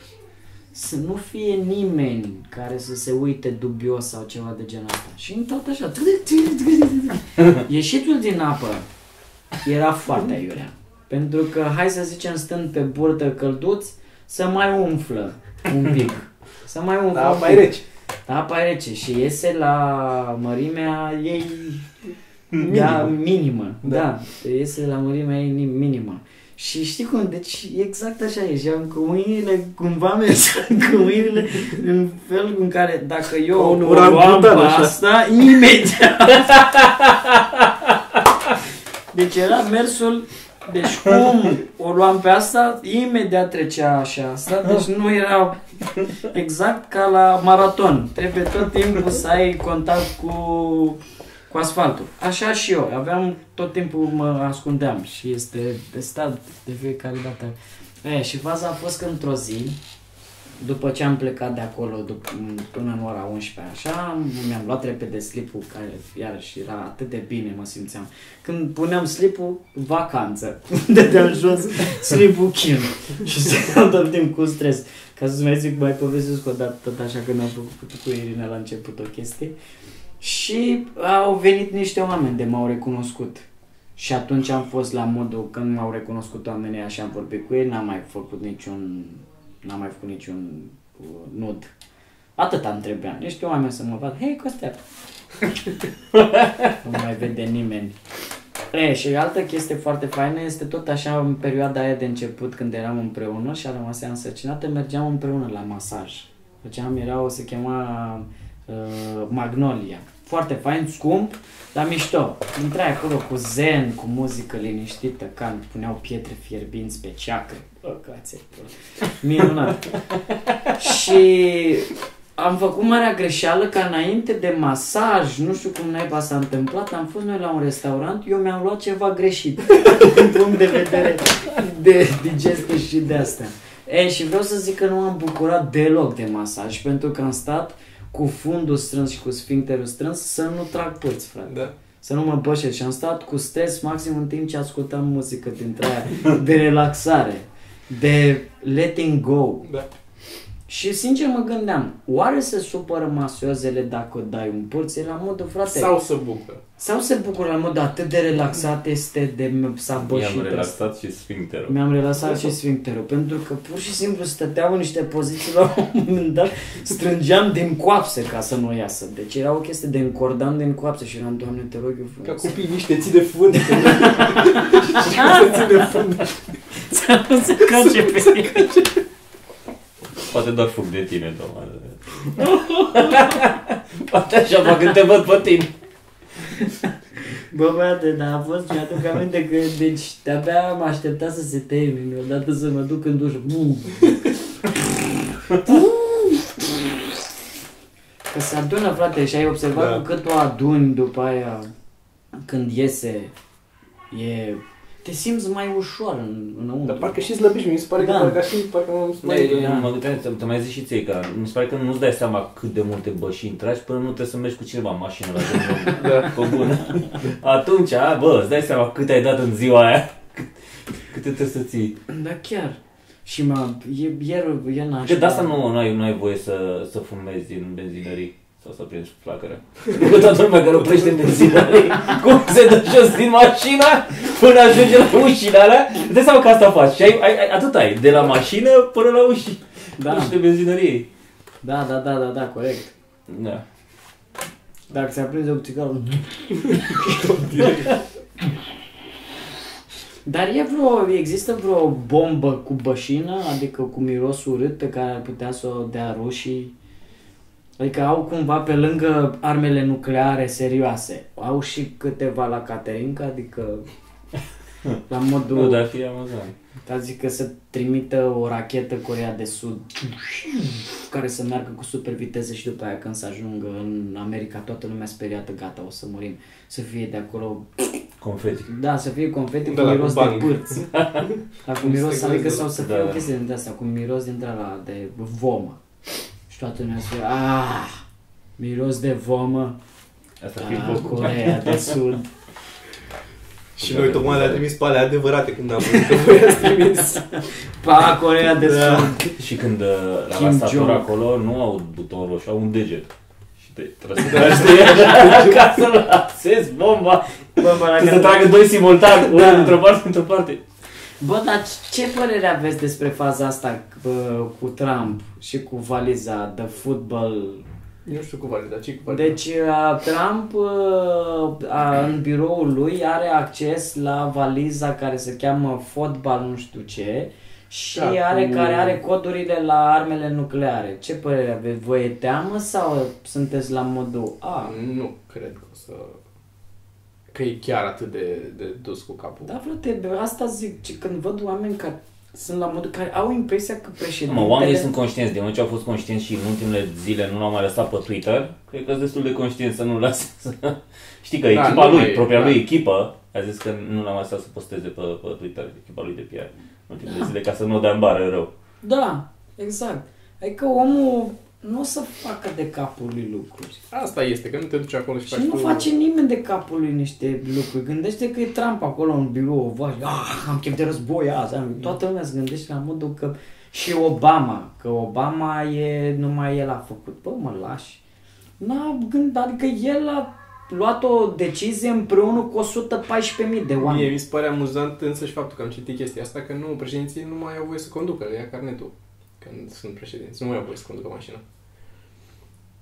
Speaker 1: Să nu fie nimeni care să se uite dubios sau ceva de genul ăsta. Și în tot așa. Ieșitul din apă era foarte aiurea. Pentru că, hai să zicem, stând pe burtă călduți, să mai umflă un pic. Să mai umflă
Speaker 2: Da,
Speaker 1: un
Speaker 2: mai
Speaker 1: pic.
Speaker 2: reci.
Speaker 1: Da, apa e rece și iese la mărimea ei da, minimă. Da. da, iese la mărimea ei nim- minimă. Și știi cum, deci exact așa e, și am cu mâinile, cumva mergeam cu mâinile în felul în care dacă
Speaker 2: Ca
Speaker 1: eu
Speaker 2: un
Speaker 1: o luam pe
Speaker 2: orangutan, așa.
Speaker 1: asta, imediat. Deci era mersul, deci cum o luam pe asta, imediat trecea așa asta, deci nu era Exact ca la maraton. Trebuie tot timpul să ai contact cu, cu asfaltul. Așa și eu. Aveam tot timpul mă ascundeam și este de stat de fiecare dată. E, și faza a fost că într-o zi, după ce am plecat de acolo dup- m- până în ora 11, așa, mi-am luat repede slipul care iarăși era atât de bine, mă simțeam. Când puneam slipul, vacanță. Dădeam jos slipul chin și stăteam tot timpul cu stres. Ca să-ți mai zic, mai povestesc o dată tot așa când am făcut cu Irina la început o chestie. Și au venit niște oameni de m-au recunoscut. Și atunci am fost la modul când m-au recunoscut oamenii așa am vorbit cu ei, n-am mai făcut niciun, n-am mai făcut niciun uh, nud. Atât am trebuia. Niște oameni să mă vadă. Hei, Costea! nu mai vede nimeni. E, și altă chestie foarte faină este tot așa în perioada aia de început când eram împreună și a rămas ea însărcinată, mergeam împreună la masaj. Făceam, era o se chema uh, Magnolia. Foarte fain, scump, dar mișto. Intrai acolo cu zen, cu muzică liniștită, ca îmi puneau pietre fierbinți pe ceacră. Bă, cațe, bă. Minunat. și am făcut marea greșeală ca înainte de masaj, nu știu cum naiba s-a întâmplat, am fost noi la un restaurant, eu mi-am luat ceva greșit din punct de vedere de digestie și de astea. E, și vreau să zic că nu m-am bucurat deloc de masaj, pentru că am stat cu fundul strâns și cu sfincterul strâns să nu trag pârți, frate
Speaker 2: Da.
Speaker 1: să nu mă bășesc și am stat cu stres maxim în timp ce ascultam muzică dintre aia, de relaxare, de letting go.
Speaker 2: Da.
Speaker 1: Și sincer mă gândeam, oare se supără masiozele dacă dai un pulț? E la modul, frate, sau,
Speaker 2: Sau să bucă.
Speaker 1: sau se bucură la modul atât de relaxat este de m- s-a
Speaker 3: I-am
Speaker 1: bășit ăsta.
Speaker 3: relaxat și sfincterul.
Speaker 1: Mi-am relaxat și sfincterul, pentru că pur și simplu stăteam în niște poziții la un moment dat, strângeam din coapse ca să nu iasă. Deci era o chestie de încordam din coapse și eram, Doamne, te rog eu
Speaker 2: Ca
Speaker 1: frumos.
Speaker 2: copii mici te ții de fund. Și
Speaker 1: Ah!
Speaker 2: cum să ții de fund.
Speaker 1: Să nu se cace pe el.
Speaker 3: Poate doar fug de tine, doamne. Poate așa fac când te văd pe tine.
Speaker 1: Bă, băiate, dar a fost, mi-aduc aminte că, deci, de-abia am așteptat să se termine, odată să mă duc în duș. Bum. Bum. Că se adună, frate, și ai observat
Speaker 2: Da.
Speaker 1: da. cu cât o aduni după aia, când iese, e... Te simți mai ușor în, înăuntru.
Speaker 2: Dar parcă și slăbești, mi se pare că
Speaker 1: Da.
Speaker 2: parcă și parcă m-am
Speaker 3: Mai,
Speaker 2: mai...
Speaker 3: mă gândeam, ți- te mai zic și ție că mi se pare că nu-ți dai seama cât de multe bășini tragi până nu trebuie să mergi cu cineva în mașină la drumul
Speaker 2: Da.
Speaker 3: pe bun. Atunci, a, bă, îți dai seama cât ai dat în ziua aia. Cât- Câte trebuie să ții.
Speaker 1: Da, chiar. Și m-a... E, ieri, e nașpa.
Speaker 3: Că de asta nu, nu, ai, nu ai voie să, să fumezi din benzinării. Sau să prinzi flacăra.
Speaker 4: Cu toată lumea care oprește în dezilare, cum se dă jos din mașina până ajunge la ușile alea. Îți dai seama că asta faci. Și ai, ai, ai, atât ai, de la mașină până la uși.
Speaker 1: Da.
Speaker 4: Da. Ușile benzinăriei.
Speaker 1: Da, da, da, da, da, corect.
Speaker 3: Da.
Speaker 1: Dacă ți-a prins o țigară... Dar e vreo, există vreo bombă cu bășină, adică cu miros urât pe care ar putea să o dea rușii? Adică au cumva pe lângă armele nucleare serioase, au și câteva la Caterinca, adică la modul...
Speaker 3: Nu, dar ar fi amuzant.
Speaker 1: Dar zic că să trimită o rachetă Corea de Sud care să meargă cu super viteză și după aia când să ajungă în America toată lumea speriată, gata, o să murim. Să fie de acolo,
Speaker 3: Confeti.
Speaker 1: da, să fie confeti
Speaker 2: Da,
Speaker 1: cu
Speaker 2: la
Speaker 1: miros
Speaker 2: cu bani.
Speaker 1: de pârți. Dar cu miros,
Speaker 2: Este
Speaker 1: adică
Speaker 2: greu,
Speaker 1: sau să
Speaker 3: da.
Speaker 1: fie o
Speaker 3: Da.
Speaker 1: chestie din asta, cu miros dintre la de vomă. Și toată lumea să fie, ah, miros de vomă,
Speaker 3: Asta ar fi
Speaker 1: da,
Speaker 3: făcut.
Speaker 1: Corea de Sud.
Speaker 3: Și noi tocmai le-a
Speaker 2: trimis pe alea adevărate când am văzut că voi ați trimis.
Speaker 1: Pa, Corea de
Speaker 2: Da.
Speaker 1: Sud.
Speaker 3: Și când uh, la
Speaker 1: Kim Jong.
Speaker 3: tastatură acolo nu au buton roșu, au un deget. Și te trăsnește
Speaker 4: Ca să lansezi bomba.
Speaker 1: Bă, bă, la
Speaker 3: să
Speaker 1: care-
Speaker 3: se tragă doi simultan, unul
Speaker 1: Da.
Speaker 3: într-o parte, într-o parte.
Speaker 1: Bă, dar ce părere aveți despre faza asta bă, cu Trump și cu valiza de fotbal?
Speaker 2: Nu știu cu vale, dar ce cu vale?
Speaker 1: Deci uh, Trump uh, a- în biroul lui are acces la valiza care se cheamă fotbal nu știu ce și
Speaker 2: Da,
Speaker 1: are
Speaker 2: cu-
Speaker 1: care are codurile la armele nucleare. Ce părere aveți? Vă e teamă sau sunteți la modul A?
Speaker 2: Da, Nu cred că o să... Că e chiar atât de, de dus cu capul.
Speaker 1: Da, frate, bă, asta zic, ci când văd oameni care sunt la modul care au impresia că președintele...
Speaker 3: Mă, oamenii sunt conștienți, de moment ce au fost conștienți și în ultimele zile nu l-au mai lăsat pe Twitter, cred că sunt destul de conștienți să nu-l lase. să- Știi că
Speaker 2: Da,
Speaker 3: echipa
Speaker 2: nu
Speaker 3: lui,
Speaker 2: mai e,
Speaker 3: propria
Speaker 2: da.
Speaker 3: lui echipă, a zis că nu l-a mai lăsat să posteze pe, pe Twitter, echipa lui de PR, în ultimele zile, ca să nu o dea în bară rău.
Speaker 1: Da, exact. Adică omul nu o să facă de capul lui lucruri.
Speaker 2: Asta este, că nu te duci acolo și,
Speaker 1: Și
Speaker 2: faci
Speaker 1: nu
Speaker 2: tu...
Speaker 1: face nimeni de capul lui niște lucruri. Gândește că e Trump acolo în birou, vai, ah, am chef de război azi. am-"
Speaker 2: Da.
Speaker 1: Toată lumea se gândește la modul că și Obama, că Obama e, numai el a făcut. Bă, mă lași. N-a gândit, adică el a luat o decizie împreună cu 114.000 de
Speaker 2: Mie
Speaker 1: oameni.
Speaker 2: mi se pare amuzant însăși faptul că am citit chestia asta, că nu, președinții nu mai au voie să conducă, le ia carnetul când sunt președinți, nu mai au voie să conducă mașina.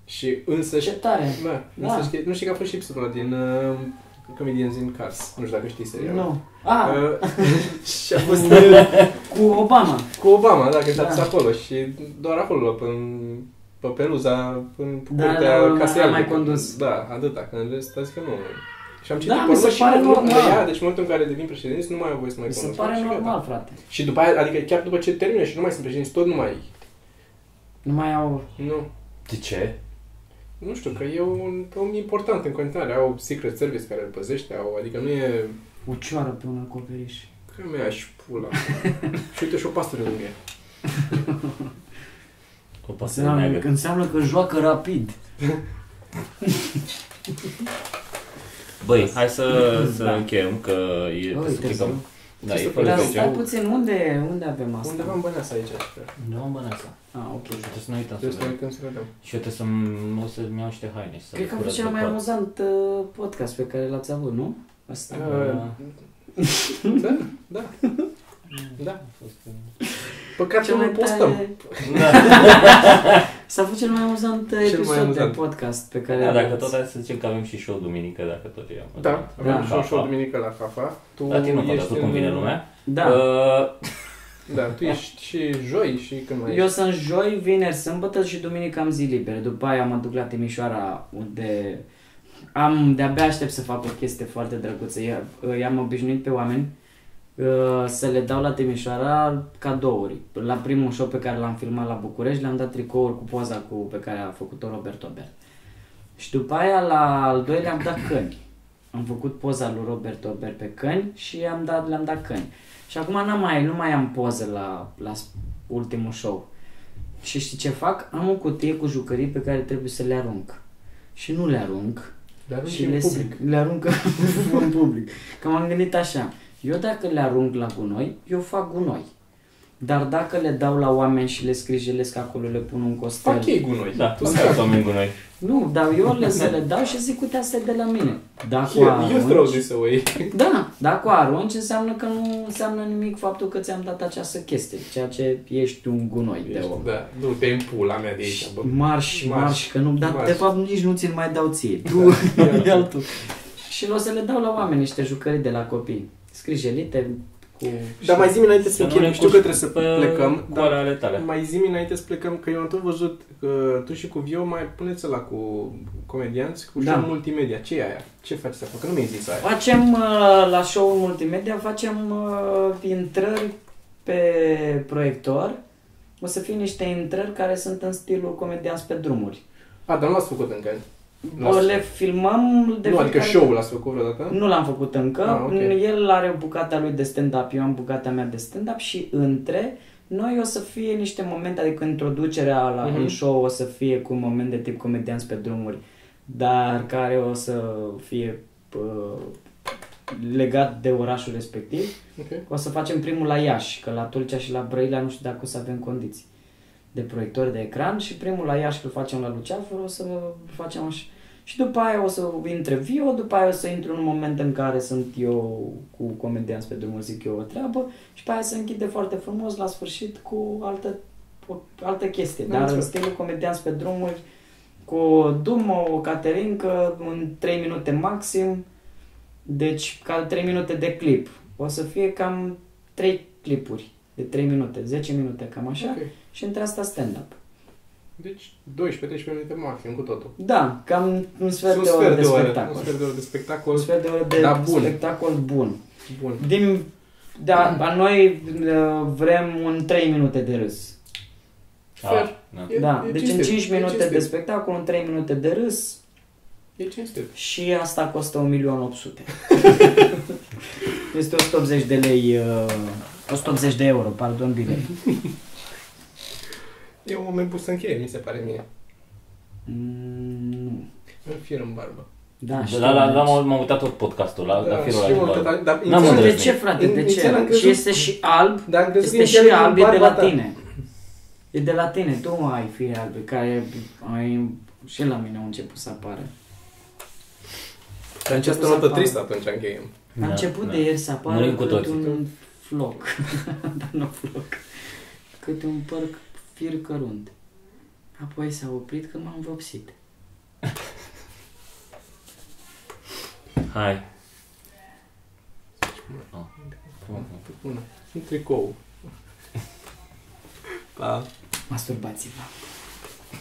Speaker 2: Și însăși...
Speaker 1: Ce tare.
Speaker 2: Da,
Speaker 1: Da.
Speaker 2: însăși, nu știi că a fost și episodul ăla din uh, Comedians in Cars, nu știu dacă știi serialul.
Speaker 1: Nu. Ah,
Speaker 2: Uh, și a fost el
Speaker 1: cu Obama.
Speaker 2: cu Obama, da, când a fost
Speaker 1: Da.
Speaker 2: acolo și doar acolo, până pe peluza, până pe
Speaker 1: Da,
Speaker 2: curtea
Speaker 1: da, da,
Speaker 2: Casei
Speaker 1: a
Speaker 2: Albe.
Speaker 1: mai condus.
Speaker 2: Da, atâta, că în rest, azi că nu. Și am citit
Speaker 1: Da,
Speaker 2: pe
Speaker 1: mi se
Speaker 2: urmă și
Speaker 1: pare
Speaker 2: în urmă
Speaker 1: normal.
Speaker 2: ea, deci în momentul în care devin președinți, nu mai au voie să mai
Speaker 1: Mi se
Speaker 2: conducă
Speaker 1: pare
Speaker 2: și gata.
Speaker 1: normal, frate.
Speaker 2: Și după aia, adică chiar după ce termină și nu mai sunt președinți, tot nu mai...
Speaker 1: Nu mai au...
Speaker 2: Nu.
Speaker 3: De ce?
Speaker 2: Nu știu, că e un om important în continuare. Au Secret Service care îl păzește, au, adică nu e...
Speaker 1: O cioară pe un acoperiș.
Speaker 2: Că mea și pula. și uite și o pastă de lungă.
Speaker 3: O pasăre
Speaker 1: Înseamnă,
Speaker 3: neagră.
Speaker 1: înseamnă că joacă rapid.
Speaker 3: Băi, hai să, să
Speaker 1: Da.
Speaker 3: încheiem, că e
Speaker 1: Bă,
Speaker 3: trebuie să
Speaker 1: uite,
Speaker 3: plecăm.
Speaker 1: să-
Speaker 3: Da,
Speaker 2: Să
Speaker 3: e
Speaker 2: plecăm.
Speaker 3: fără
Speaker 1: Dar
Speaker 2: Uite,
Speaker 1: stai
Speaker 2: ce-
Speaker 1: puțin, unde, unde avem asta?
Speaker 2: Undeva în Băneasa aici, aș vrea.
Speaker 3: Nu am bani asta.
Speaker 1: Ah, ok.
Speaker 3: Trebuie să nu uităm să
Speaker 2: Trebuie să ne
Speaker 3: vedem.
Speaker 2: uităm să vedem.
Speaker 3: Și eu trebuie să-mi, o să-mi iau niște haine și să
Speaker 1: Cred
Speaker 3: le
Speaker 1: că a
Speaker 3: curăț
Speaker 1: fost cel
Speaker 3: pe
Speaker 1: mai
Speaker 3: pat.
Speaker 1: amuzant uh, podcast pe care l-ați avut, nu? Asta.
Speaker 2: Ă, Da, da. Da.
Speaker 3: A fost, uh,
Speaker 2: Păcat că
Speaker 1: Cel
Speaker 2: nu
Speaker 1: mai
Speaker 2: postăm.
Speaker 1: tare-
Speaker 3: Da.
Speaker 1: S-a fost cel mai amuzant uh,
Speaker 2: mai
Speaker 1: episod
Speaker 2: amuzant.
Speaker 1: de podcast pe care
Speaker 3: Da,
Speaker 1: l-ați-
Speaker 3: dacă tot hai să zicem că avem și show duminică, dacă tot e amuzant.
Speaker 2: Da,
Speaker 1: Da.
Speaker 2: avem și un show duminică la Fafa. Tu
Speaker 3: La Da, tine nu contează,
Speaker 2: ești
Speaker 3: tot
Speaker 2: în-
Speaker 3: convine lumea.
Speaker 1: Da.
Speaker 3: Uh,
Speaker 2: Da, tu ești și joi și când mai
Speaker 1: Eu
Speaker 2: ești.
Speaker 1: sunt joi, vineri, sâmbătă și duminică am zi liberă. După aia mă duc la Timișoara unde am de-abia aștept să fac o chestie foarte drăguță. I- I-am obișnuit pe oameni uh, să le dau la Timișoara cadouri. La primul show pe care l-am filmat la București le-am dat tricouri cu poza cu, pe care a făcut-o Roberto Bert. Și după aia la al doilea am dat căni. Am făcut poza lui Roberto Bert pe căni și am dat, le-am dat căni. Și acum n-am mai, nu mai am poze la, la ultimul show. Și știi ce fac? Am o cutie cu jucării pe care trebuie să le arunc. Și nu le arunc.
Speaker 2: Dar
Speaker 1: și
Speaker 2: și
Speaker 1: le,
Speaker 2: în public.
Speaker 1: le arunc în public. Că m-am gândit așa. Eu dacă le arunc la gunoi, eu fac gunoi. Dar dacă le dau la oameni și le scrijelesc acolo, le pun un costel.
Speaker 2: Fac ei gunoi.
Speaker 3: Da,
Speaker 2: tu
Speaker 3: tu
Speaker 2: stai.
Speaker 3: să oameni gunoi.
Speaker 1: Nu, dar eu le să le dau și zic, uite, asta e de la mine. Dacă o
Speaker 2: You, you throw
Speaker 1: arunci,
Speaker 2: this away.
Speaker 1: da, dacă o arunci, înseamnă că nu înseamnă nimic faptul că ți-am dat această chestie, ceea ce ești un gunoi de om.
Speaker 2: Da, du-te în pula mea de aici, bă.
Speaker 1: Marș, marș,
Speaker 2: Marș.
Speaker 1: că nu, dar
Speaker 2: Marș.
Speaker 1: de fapt nici nu ți-l mai dau ție, tu
Speaker 2: Da.
Speaker 1: e altul. Și o să le dau la oameni niște jucării de la copii, scrijelite cu...
Speaker 2: Dar mai zi înainte să
Speaker 3: nu ne
Speaker 2: încheiem, știu că
Speaker 3: cuști
Speaker 2: trebuie să
Speaker 3: pe
Speaker 2: plecăm,
Speaker 3: cu
Speaker 2: dar
Speaker 3: ale tale.
Speaker 2: mai zi înainte să plecăm, că eu am tot văzut că tu și cu Vio mai puneți la cu comedianți, cu
Speaker 1: Da.
Speaker 2: da. multimedia. Ce e aia? Ce faci acolo? Că nu mi-ai zis aia.
Speaker 1: Facem uh, la show multimedia, facem uh, intrări pe proiector. O să fie niște intrări care sunt în stilul comedianți pe drumuri.
Speaker 2: A, dar nu l-ați făcut încă.
Speaker 1: O le filmăm de
Speaker 2: nu, adică
Speaker 1: fiecare-
Speaker 2: show-ul l-ați făcut vreodată?
Speaker 1: Nu l-am făcut încă.
Speaker 2: Ah, ok.
Speaker 1: El are bucata lui de stand-up, eu am bucata mea de stand-up și între noi o să fie niște momente, adică introducerea la
Speaker 2: Mhm.
Speaker 1: mm-hmm. în show o să fie cu un moment de tip comedianți pe drumuri, dar care o să fie uh, legat de orașul respectiv.
Speaker 2: Ok.
Speaker 1: O să facem primul la Iași, că la Tulcea și la Brăila nu știu dacă o să avem condiții de proiector de ecran și primul la Iași îl facem la Luceafăr, o să facem așa. Și după aia o să intre Vio, după aia o să intru în un moment în care sunt eu cu comedianți pe drumul, zic eu o treabă și pe aia se închide foarte frumos la sfârșit cu altă, o altă chestie,
Speaker 2: Am
Speaker 1: dar în
Speaker 2: înțeles.
Speaker 1: stilul comedianți pe drumuri cu o dumă, o caterincă în 3 minute maxim, deci ca 3 minute de clip. O să fie cam 3 clipuri de 3 minute, 10 minute, cam așa,
Speaker 2: Ok.
Speaker 1: și între asta stand-up.
Speaker 2: Deci 12-13 minute maxim cu totul.
Speaker 1: Da, cam un sfert
Speaker 2: Sunt
Speaker 1: de oră de spectacol.
Speaker 2: Un sfert de oră de spectacol.
Speaker 1: Un sfert de oră de
Speaker 2: Dar bun.
Speaker 1: spectacol bun.
Speaker 2: Bun.
Speaker 1: Din, da, a noi uh, vrem un 3 minute de râs.
Speaker 2: Fair.
Speaker 3: da.
Speaker 2: E-
Speaker 1: da,
Speaker 2: e
Speaker 1: deci
Speaker 2: cinstit,
Speaker 1: în 5
Speaker 2: e
Speaker 1: minute de
Speaker 2: cinstit.
Speaker 1: spectacol, în 3 minute de râs
Speaker 2: E cinstit.
Speaker 1: și asta costă 1.800.000. este 180 de lei, uh, 180 de euro, pardon, bine.
Speaker 2: E un moment pus să încheie, mi se pare mie.
Speaker 1: Mm, nu.
Speaker 2: În fir în barbă.
Speaker 1: da, știu,
Speaker 3: Da, la, la,
Speaker 1: deci-
Speaker 3: m-am m-am uitat tot podcastul, Da, la,
Speaker 2: Da,
Speaker 3: la firul
Speaker 2: știu,
Speaker 3: ăla.
Speaker 2: că-
Speaker 3: de
Speaker 2: dar,
Speaker 3: barbă.
Speaker 2: dar,
Speaker 3: N-am
Speaker 2: inițial-
Speaker 1: Nu, de
Speaker 3: îndrăznit.
Speaker 1: ce, frate? De
Speaker 2: Inițial am
Speaker 1: ce?
Speaker 2: crezut-
Speaker 1: Și este și alb,
Speaker 2: dar am crezut
Speaker 1: este
Speaker 2: că inițial
Speaker 1: și
Speaker 2: e
Speaker 1: alb, e de
Speaker 2: barba
Speaker 1: la
Speaker 2: ta.
Speaker 1: tine. E de la tine, tu ai fire albe, care ai, și la mine au început să apară.
Speaker 2: Pe această notă tristă atunci încheiem.
Speaker 1: A
Speaker 3: Da,
Speaker 1: început
Speaker 3: da.
Speaker 1: de ieri să apară
Speaker 3: Murim cu
Speaker 1: cât
Speaker 3: toții.
Speaker 1: un floc, dar nu floc, cât un păr fir cărunt. Apoi s-a oprit că m-am vopsit.
Speaker 3: Hai.
Speaker 2: Deci,
Speaker 3: Ah,
Speaker 2: Bună. Un tricou. Pa. Da.
Speaker 1: Masturbați-vă.